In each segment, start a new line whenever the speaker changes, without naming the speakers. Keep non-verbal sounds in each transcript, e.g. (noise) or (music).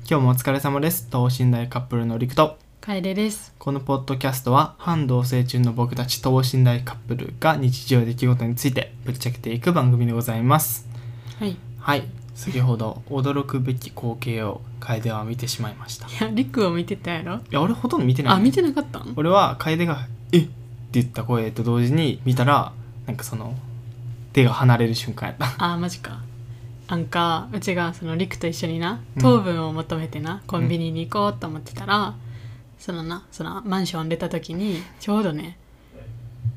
今日もお疲れ様です等身大カップルのりくと
楓です
このポッドキャストは半同棲中の僕たち等身大カップルが日常や出来事についてぶっちゃけていく番組でございます
(laughs) はいい
はい先ほど驚くべき光景を楓は見てしまいましたい
やりくを見てたやろ
や俺ほとんど見てない
あ見てなかったん
俺は楓が「えっ!」って言った声と同時に見たらなんかその手が離れる瞬間やった
あマジかなんかうちがそのりくと一緒にな
うん
糖分を求めてな、コンビニに行こうと思ってたら、そのなそのマンション出た時にちょうどね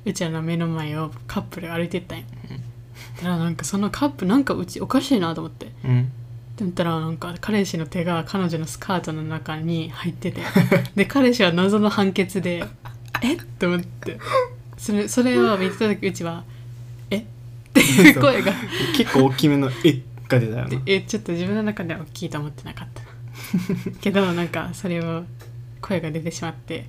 うちらの目の前をカップルが歩いてったんや、だからなんかそのカップなんかうちおかしいなと思って
うん
って言ったらなんか彼氏の手が彼女のスカートの中に入っててで彼氏は謎の判決で「えっ?」と思ってそれそれを見てた時うちは「えっ?」っていう声が
結構大きめの「えっ!」が出たよな
えちょっと自分の中では大きいと思ってなかったなけどなんかそれを声が出てしまって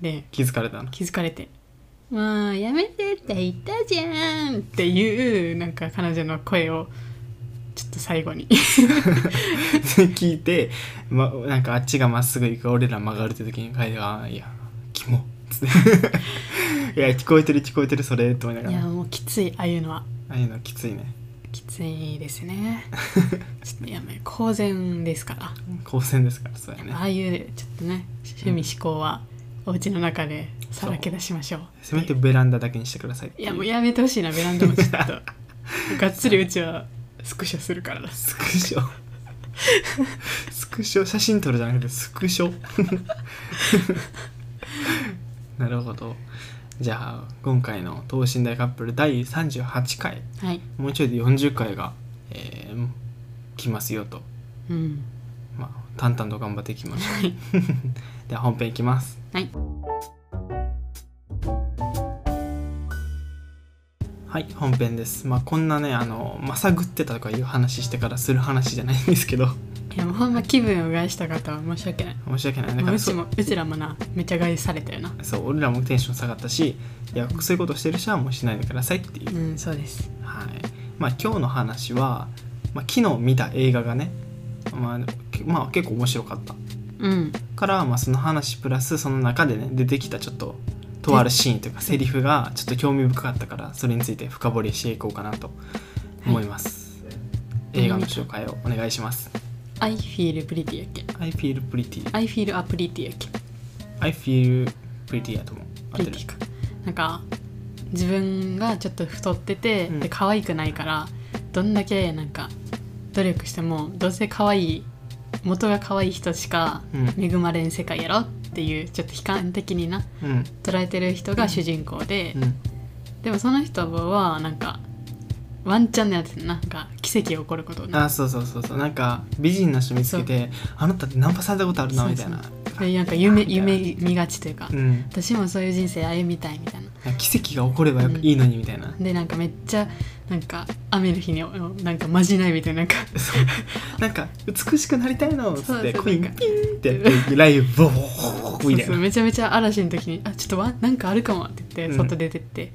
で
気づかれたな
気づかれて「もうやめてって言ったじゃん!」っていうなんか彼女の声をちょっと最後
(laughs)
に
聞いて、ま、なんかあっちがまっすぐ行く俺ら曲がるって時に楓が「いやキモ」っつって「
(laughs)
いや聞こえてる聞こえてるそれ」と思いないが
や
らあ
もうきついああいうのは。
あいうのきついね
きついです
(laughs)
ねちょっとやめ公然ですから、
高専ですからそうやね
ああいうちょっとね趣味思考はお家の中でさらけ出しましょう
せめてベランダだけにしてくださいって
い
い
やもうやめてほしいなベランダも
(laughs)
ちょっとがっつりうちはスクショするからな
スクショスクショ写真撮るじゃなくてスクショ (laughs) なるほどじゃあ今回の等身大カップル第38回
はい
もうちょいで40回が、えー来ますよと、
うん
まあ、淡々と頑張っていきましょ
はいう
(laughs) では本編いきます
はい
はい本編ですまあこんなねあのまさぐってたとかいう話してからする話じゃないんですけど (laughs)
いやもうほんま気分を害した方は申し訳ない
申し訳ないだ
も
か
う
ら
うち
そう
もうちらもなめっちゃ害されたよな
そう俺らもテンション下がったしいやそういうことしてる人はもうしないでくださいっていう、
うんそうです
はいまあ今日の話は、まあ、昨日見た映画がね、まあ、けまあ結構面白かった
うん
から、まあ、その話プラスその中でね出てきたちょっととあるシーンというかセリフがちょっと興味深かったからそれについて深掘りしていこうかなと思います、
はい
映画の紹介をお願いします
「I feel pretty」やっけ
I feel pretty
「I feel a pretty」やっけ
I feel pretty やと思う合
プ
っ
リ
て
テ
る
ィかなんか自分がちょっと太ってて、
うん
で可愛くないからどんだけなんか努力してもどうせ可愛い元が可愛い人しか
うん
恵まれん世界やろっていうちょっと悲観的にな
うん
捉えてる人が主人公で、
うん
でもその人はなんかワンチャンのやつなんか奇跡が起こることをな
あそうそうそうそうなんか美人な人見つけてあなたってナンパされたことあるな
そう
みた
そ
い
う
な
でなんか夢
みたいな
夢見がちというか、
うん
私もそういう人生歩みたいみたいな
奇跡が起こればよくいいのにみたいな、
でなんかめっちゃなんか雨の日になんかまじないみたいななんか
なんか美しくなりたいのっつって
そうそう
コイン
なんか
ピンってやってライブボーみたい
そうそう
な
めちゃめちゃ嵐の時に「あちょっとわなんかあるかも」って言っ
うん
て外出てって、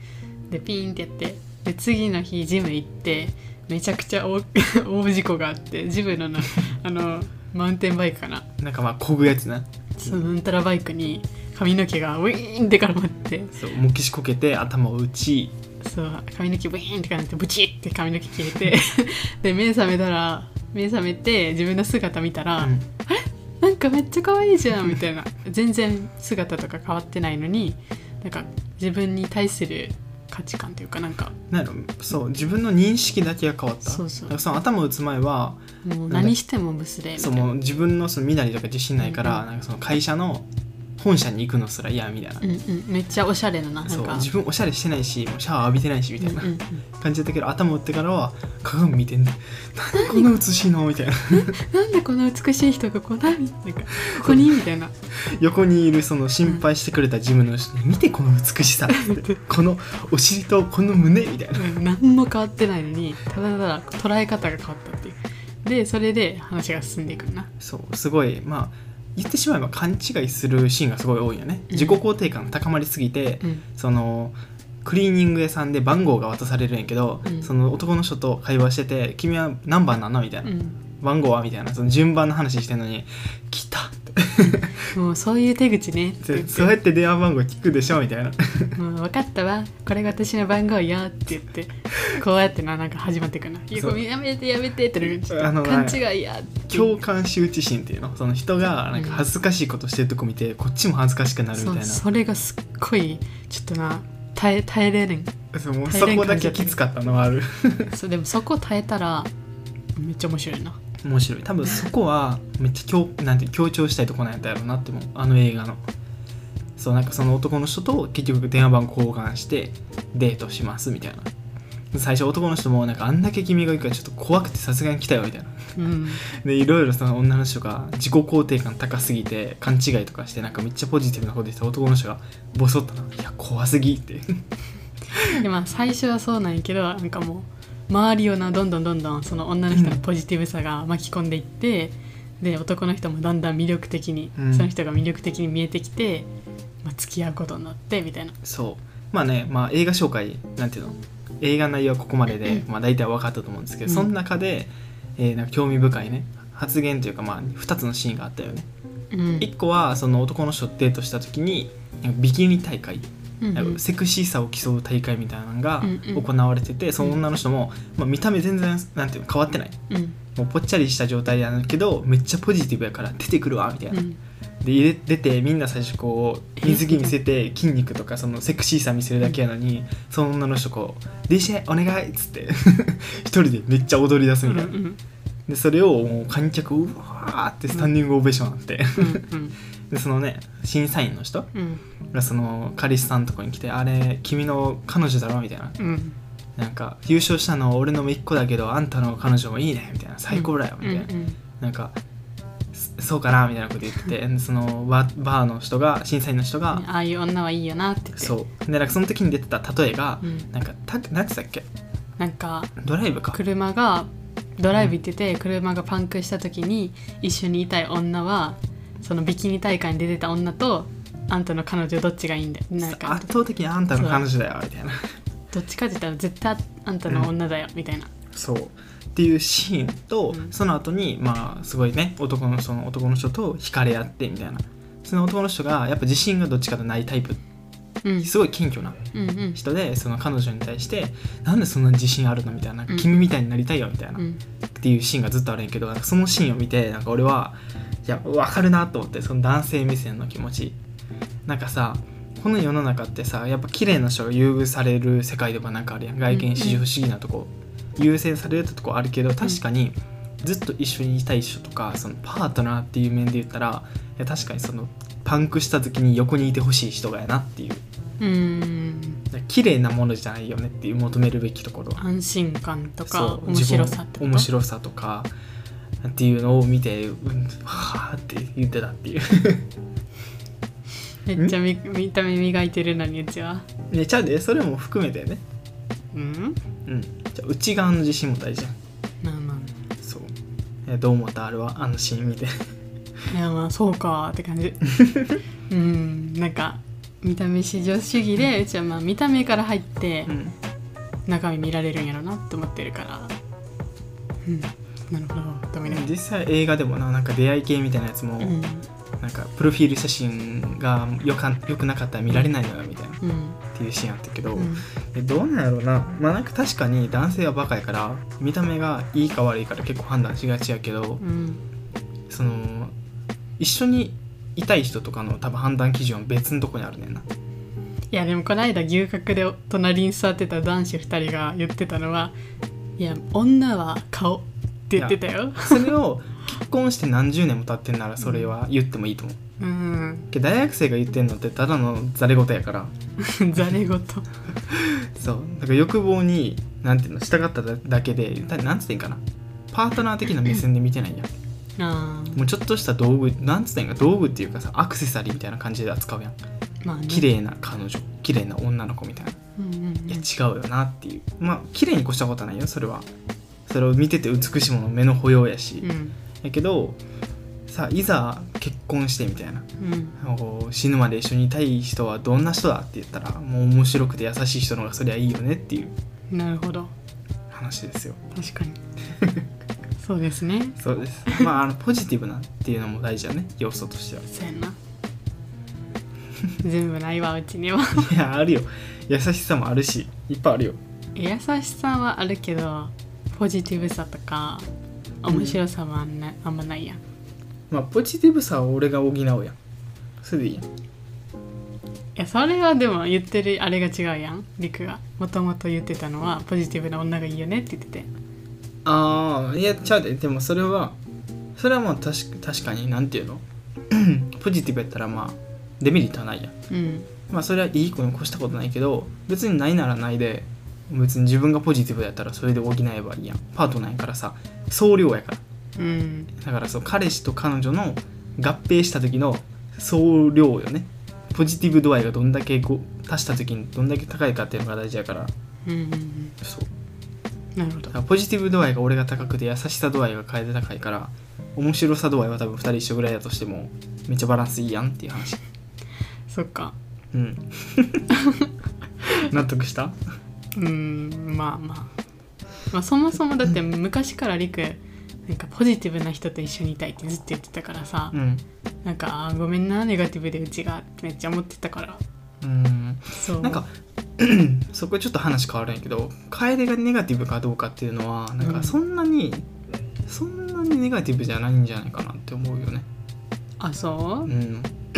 でピーンってやってで次の日ジム行ってめちゃくちゃ大 (laughs) 大事故があってジム
(laughs)
のなあのマウンテンバイクかな
なんかまあこぐやつな
そのうんたらバイクに髪の毛がウィーンって絡まって
そうもきしこけて頭を打ち
そう髪の毛ブイーンって絡まってブチッって髪の毛消
(laughs)
えてで目覚めたら目覚めて自分の姿見たら、
うん
なんかめっちゃ可愛いじゃんみたいな全然姿とか変わってないのになんか自分に対する価値観というかなんか
なんやろそう自分の認識だけが変わった
そうそう
なんかその頭打つ前は
もう
なんだ
何してもブスでみた
そ
いな
の自分のその身なりとか自信ないから、
うん
なんかその会社の本社に行くのすら嫌みたいな、
うんうん、めっちゃおしゃれなななん
そう
か
自分おしゃれしてないしもうシャワー浴びてないしみたいな
うんうん
感じだったけど頭打ってからは鏡見てんだ何こんな美しいのみたいな
うんなんでこんな美しい人がこんなになんかここにみたいな
横にいるその心配してくれたジムの人に見てこの美しさ
(laughs)
このお尻とこの胸みたいな
うん何も変わってないのにただただ捉え方が変わったっていうでそれで話が進んでいくんだな
そうすごいまあ言ってしまえば勘違いするシーンがすごい多いよね
ん
自己肯定感が高まりすぎて、
うん
そのクリーニング屋さんで番号が渡されるんやけど、
うん
その男の人と会話してて「君は何番なの?」みたいな
う、ん
番号はみたいなその順番の話してんのに「来た!」って
もうそういう手口ねって
「
言っ
そうや
て
って電話番号聞くでしょ」みたいな
「もう分かったわこれが私の番号よ」って
(laughs)
言ってこうやってななんか始まってくな「いや
そう
ごめんやめてやめて」ってなるちょっと
あの
勘違いやって
共感羞恥心っていうのその人がなんか恥ずかしいことしてるとこ見てこっちも恥ずかしくなるみた
そ
いうなそ
それがすっごいちょっとな耐え耐えれるん
もう
耐
そ
えれん
こだ
感
け
じだった
きつかったのはある
そうでもそこ耐えたらめっちゃ面白いな
面白い多分そこはめっちゃ強なんていう強調したいとこなんやったやろうなって思うあの映画のそうなんかその男の人と結局電話番号交換してデートしますみたいな最初男の人もなんかあんだけ君がいるからちょっと怖くてさすがに来たよみたいな
うん
でいろいろその女の人が自己肯定感高すぎて勘違いとかしてなんかめっちゃポジティブなこと言ってた男の人がボソッとな「いや怖すぎ」って
でまあ最初はそうなんやけどなんかもう周りをなどんどんどんどんその女の人のポジティブさが巻き込んでいって、で男の人もだんだん魅力的に、
うん
その人が魅力的に見えてきて、まあ、付き合うことになってみたいな
(laughs) そうまあね、まあ、映画紹介なんていうの映画の内容はここまでで、まあ、大体分かったと思うんですけど、
うん
その中で、えーなんか興味深いね発言というか、まあ、2つのシーンがあったよね、
うん
一1個はその男の人とデートした時になんかビキニ大会、
うん
なんかセクシーさを競う大会みたいなのが
うんうん
行われてて、その女の人も、まあ、見た目全然なんていうの変わってない
うん
もうぽっちゃりした状態なんだけどめっちゃポジティブやから出てくるわみたいな、
うん
で入れ出てみんな最初こう水着見せ
(laughs)
て筋肉とかそのセクシーさ見せるだけやのにその女の人こう「DJ お願い!」っつって (laughs) 一人でめっちゃ踊り出す
うん
み
うん
た
う
いな、
ん
でそれをもう観客うわーってスタンディングオベーションあって
うん
でそのね審査員の人
うん
がその彼氏さんのとこに来て「あれ君の彼女だろ?」みたいな
うん
「なんか優勝したの俺のも一個だけどあんたの彼女もいいね」みたいな「最高だよ」みたいな。
うん
なんかそそうかなみたいなこと言っててそのバーバーの人が審査員の人
うん
が、
ああいう女はいいよなって言って
そうでなんかその時に出てた例えが、
うん
なんかたなんて言ったっけ
なんか
ドライブか
車がドライブ行ってて車がパンクした時に一緒にいたい女はそのビキニ大会に出てた女とあんたの彼女どっちがいいんだよなんか
圧倒的にあんたの彼女だよみたいな
どっちかって言ったら絶対あんたの女だよみたいな、
そうっていうシーンと、
うん
その後にまあすごいね男のその男の人と惹かれ合ってみたいなその男の人がやっぱ自信がどっちかとないタイプ
うん、
すごい謙虚な
うんうん
人でその彼女に対して「なんでそんな自信あるの?」みたいな「
うん
君みたいになりたいよ」みたいな
う、ん
っていうシーンがずっとあるんやけどなんかそのシーンを見てなんか俺はいや分かるなと思ってその男性目線の気持ちなんかさこの世の中ってさやっぱ綺麗な人が優遇される世界でもなんかあるやん外見至上主義なとこ、優先されるとこあるけど確かにずっと一緒にいたい人とかそのパートナーっていう面で言ったらいや確かにそのパンクした時に横にいてほしい人がやなっていうだか
うん
ら綺麗なものじゃないよねっていう求めるべきところは
安心感と
そ
か
う
面白さっ
自分
てこと
面白さとかっていうのを見て、うん、はあって言ってたっていう (laughs)
めっちゃみ見た目磨いてるのにうちは
ねちゃうでそれも含めてね
うん
うんじゃあ内側の自信も大事じゃん
まあま
そうえどう思ったあれはあのシーン見て
あいやまあそうかって感じうんなんか見た目至上主義でうちはまあ見た目から入って、
うん
中身見られるんやろなって思ってるからうんなるほどと思いながら
実際映画でもななんか出会い系みたいなやつも、
うん
なんかプロフィール写真がよかよくなかったら見られないのよみたいなっ
うん
ていうシーンあったけど、
うん
えどうなんやろうなまあなんか確かに男性はバカやから見た目がいいか悪いから結構判断しがちやけど、
うん
その一緒にいたい人とかの多分判断基準は別のとこにあるねんない
やでもこの間牛角で隣に座ってた男子2人が言ってたのは「いや女は顔」って言ってたよ
それを結婚して何十年も経ってんならそれは言ってもいいと思う
うん
けど大学生が言ってんのってただのざれ言やから
ざれ言と
そうだから欲望になんていうの従っただけでだなんつってんかなパートナー的な目線で見てないやん
あー
もうちょっとした道具なんつってんか道具っていうかさアクセサリーみたいな感じで扱うやん
まあね
綺麗な彼女綺麗な女の子みたいな
うんうんうん
いや違うよなっていうまあ綺麗に越したことはないよそれはそれを見てて美しいもの目の保養やし、
うん
やけどさいざ結婚してみたいな
うん
こう死ぬまで一緒にいたい人はどんな人だって言ったらもう面白くて優しい人の方がそりゃいいよねっていう
なるほど
(laughs) 話ですよ
確かにそうですね
そうです
(laughs)
まああのポジティブなっていうのも大事だね要素としては
そうやな全部ないわうちにはい (laughs)
やあるよ優しさもあるしいっぱいあるよ
優しさはあるけどポジティブさとか
うん
面白さはあんなあんまないやん
まあポジティブさは俺が補うやんそれでいいやん
いやそれはでも言ってるあれが違うやんりくがもともと言ってたのはポジティブな女がいいよねって言ってて
ああいやちゃうででもそれはそれはまあ確か確かになんていうの (clears throat) ポジティブやったらまあデメリットはないやん
うん
まあそれはいい子に越したことないけど別にないならないで別に自分がポジティブやったらそれで補えばいいやんパートナーやからさ総量やから
うん
だからそう彼氏と彼女の合併した時の総量よねポジティブ度合いがどんだけこう足した時にどんだけ高いかっていうのが大事やから
うんうんうん
そう
なるほど
だからポジティブ度合いが俺が高くて優しさ度合いが楓高いから面白さ度合いは多分2人一緒ぐらいだとしてもめっちゃバランスいいやんっていう話
そっか
うん (laughs) 納得した
うんまあまあまあそもそもだって昔からりくなんかポジティブな人と一緒にいたいってずっと言ってたからさ、
うん
なんかあーごめんなネガティブでうちがってめっちゃ思ってたから
うん
そう
なんか (clears throat) そこちょっと話変わるんやけど楓がネガティブかどうかっていうのはなん
う
か
ん
そんなに、そんなにネガティブじゃないんじゃないかなって思うよね
あ
う
そ
ん (clears throat)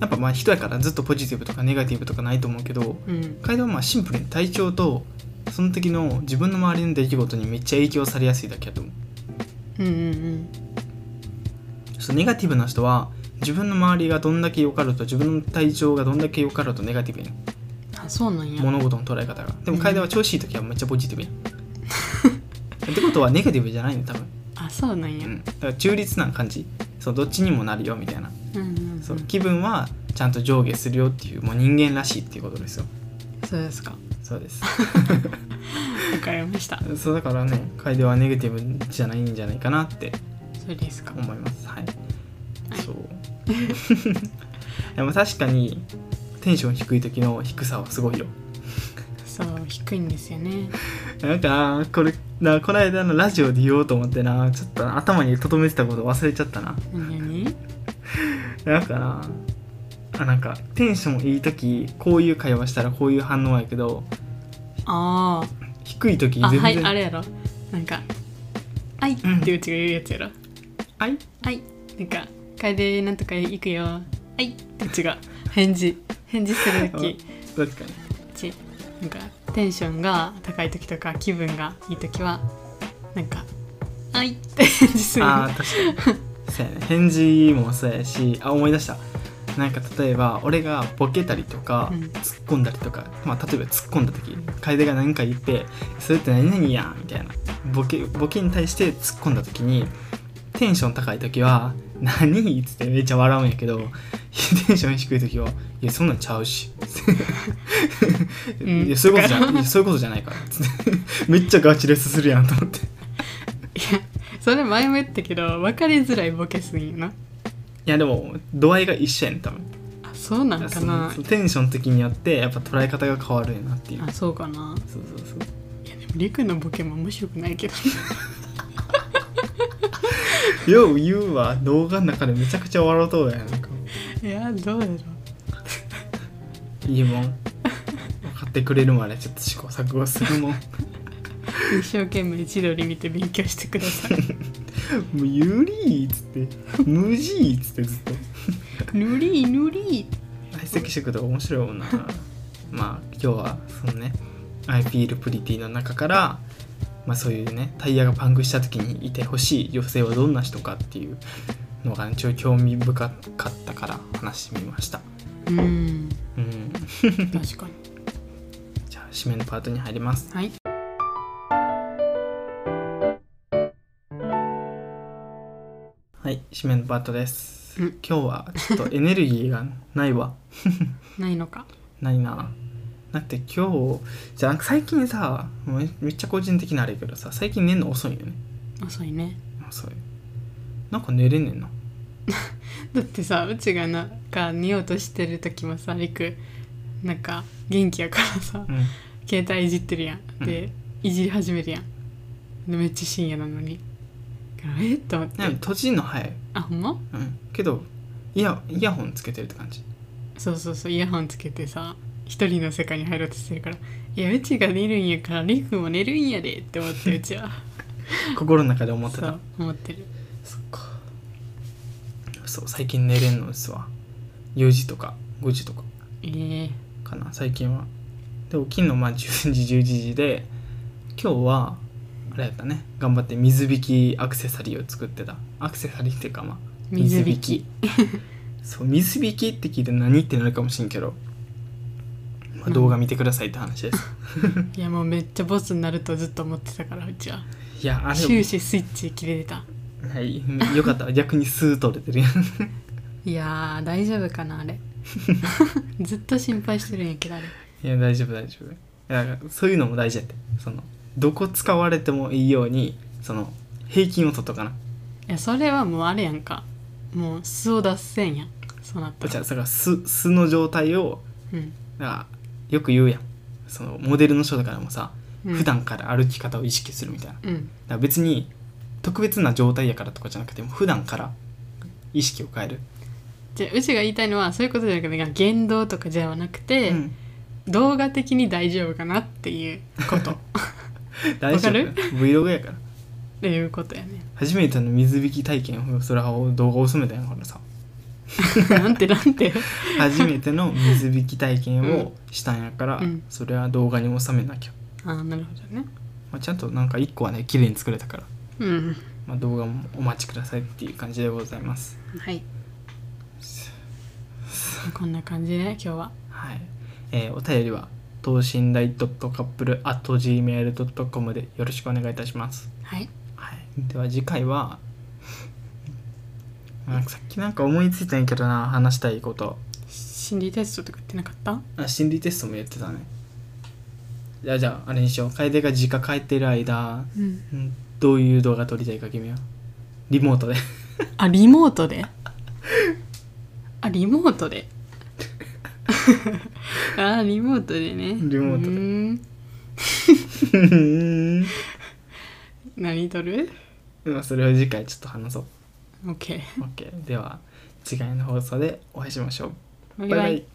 やっぱまあ人やからずっとポジティブとかネガティブとかないと思うけど
ううん
楓はまあシンプルに体調とその時の自分の周りの出来事にめっちゃ影響されやすいだけやと思う
うんうん
ちょっとネガティブな人は自分の周りがどんだけ良かろうと自分の体調がどんだけ良かろうとネガティブやん
うんあそうなんや
物事の捉え方がでも楓は調子いい時はめっちゃポジティブやん
(laughs)
ってことはネガティブじゃないね多分、
あそうなんや
うん、だから中立な感じそうどっちにもなるよみたいな
うんうんうん
そ
そう
気分はちゃんと上下するよっていうもう人間らしいっていうことですよ
うですか
そう
(laughs)
です
わかりました
そうだからね楓はネガティブじゃないんじゃないかなって
そうですか
思いますはい、
はい
そう (laughs) でも確かにテンション低い時の低さはすごいよ (laughs)
そう低いんですよね
なんかなこれなこの間のラジオで言おうと思ってなちょっと頭に留めてたこと忘れちゃったな
何々
なんかなあなんかテンションいい時こういう会話したらこういう反応やけど
あ
低い時
ああ
全然
はいあれやろなんか「あい」ってうちが言うやつやろ
はい
「あい」なんか「楓なんとか行くよ」「あい」ってうちが返事返事する時
確かに
ちなんかテンションが高い時とか気分がいい時はなんか「あい」って返事する
ああ確かにそうやね返事もそうやしあ思い出したなんか例えば俺がボケたりとか、
うん
突っ込んだりとか、まあ、例えば突っ込んだ時楓が何か言って「それって何々やん」みたいなボケボケに対して突っ込んだ時にテンション高い時は「何?」っつってめっちゃ笑うんやけどテンション低い時は「いやそんなんちゃうし」
ん
いやそういうことじゃいやそういうことじゃないから」 (laughs) つってめっちゃガチレスするやんと思って
それ前も言ったけど分かりづらいボケすぎんない
やでも度合いが一緒やね多分
あそうなんかな
そうそうテンションの時によってやっぱ捉え方が変わるよなっていう
あそうかな
そうそうそう
いやでもりくのボケも面白くないけど
よう言うわ動画の中でめちゃくちゃ笑うとうやなんか
(laughs) いやどうだろう
いいもん分かってくれるまでちょっと試行錯誤するもん (laughs) も
一生懸命千鳥見て勉強してくださ (laughs) い
うゆりーっつって無事ーっつってずっと
ぬりぬり
相席食堂面白いも (laughs) んなまあ今日はそのね「I feel pretty」の中からまあそういうねタイヤがパンクした時にいてほしい女性はどんな人かっていうのが、ね、ちょい興味深かったから話してみました
うん
うん
確かに
じゃあ締めのパートに入ります
はい
はい締めのパートです、
うん
今日はちょっとエネルギーがないわ
ないのか
(laughs) ないなだって今日じゃあ最近さもうめっちゃ個人的なあれやけどさ最近寝るの遅いよね
遅いね
遅いなんか寝れんねんな
だってさうちがなんか寝ようとしてる時もさりくなんか元気やからさ
うん
携帯いじってるやんで、いじり始めるやんでめっちゃ深夜なのにからえっと思って
なんか閉じんの早い、
あほんま
うん、けどイヤイヤホンつけてるって感じ
そうそうそうイヤホンつけてさ一人の世界に入ろうとしてるからいやうちが寝るんやからりくも寝るんやでって思ってうちは
心の中で (laughs) 思って
そ
た
う思ってる
そっかそう最近寝れんのですわ4時とか5時とか
ええ
かな最近はで起きんのまあ10時11時で今日はあれやったね頑張って水引きアクセサリーを作ってたアクセサリーっていうかまあ
水引き
そう水引きって聞いて何ってなるかもしんけど、まあ、
うん
動画見てくださいって話です、
(laughs) いやもうめっちゃボスになるとずっと思ってたからうちはい
やあれ
終始スイッチ切れて
は
た
いよかった逆にスーッと出て
(laughs)
るやん
いやー大丈夫かな
(laughs)
あれずっと心配してるんやけどあれ
いや大丈夫大丈夫いやだからそういうのも大事やってそのどこ使われてもいいようにその平均を取っとかない
やそれはもうあれやんかもう素を出せんやんそうなった
じゃ
ら
あだから素素の状態を
うん、
だからよく言うやんそのモデルの人だからもさ、
うん、
普段から歩き方を意識するみたいなだか
うん
ら別に特別な状態やからとかじゃなくてもう普段から意識を変える、
じゃあうちが言いたいのはそういうことじゃなくてなんか言動とかじゃなくて、
うん
動画的に大丈夫かなっていうこと
(laughs)
っ
大丈夫
わ
Vlog やから
ていうことやね
初めての水引き体験をそれは動画を収めたんやからさ
なんてなんて
初めての水引き体験
うん
をしたんやから、
うん
それは動画に収めなきゃ、
ああなるほどね
まあ、ちゃんとなんか1個はね綺麗に作れたから、
うん
まあ、動画もお待ちくださいっていう感じでございます
はいこんな感じね今日は
はい、えーお便りは等身大 .couple.gmail.com でよろしくお願いいたします、
はい
はい、では次回は (laughs) なんかさっきなんか思いついたんやけどな話したいこと
心理テストとか言ってなかった
あ心理テストもやってたねじゃあじゃああれにしよう楓が実家帰ってる間
うん
うんどういう動画撮りたいか君はリモート (laughs) で
あリモートであリモー
(laughs)
トであリモートでね
リモートで
うーん
うん
何撮る
まあそれを次回ちょっと話そう
?OK
OK では次回の放送でお会いしましょう
バイバイ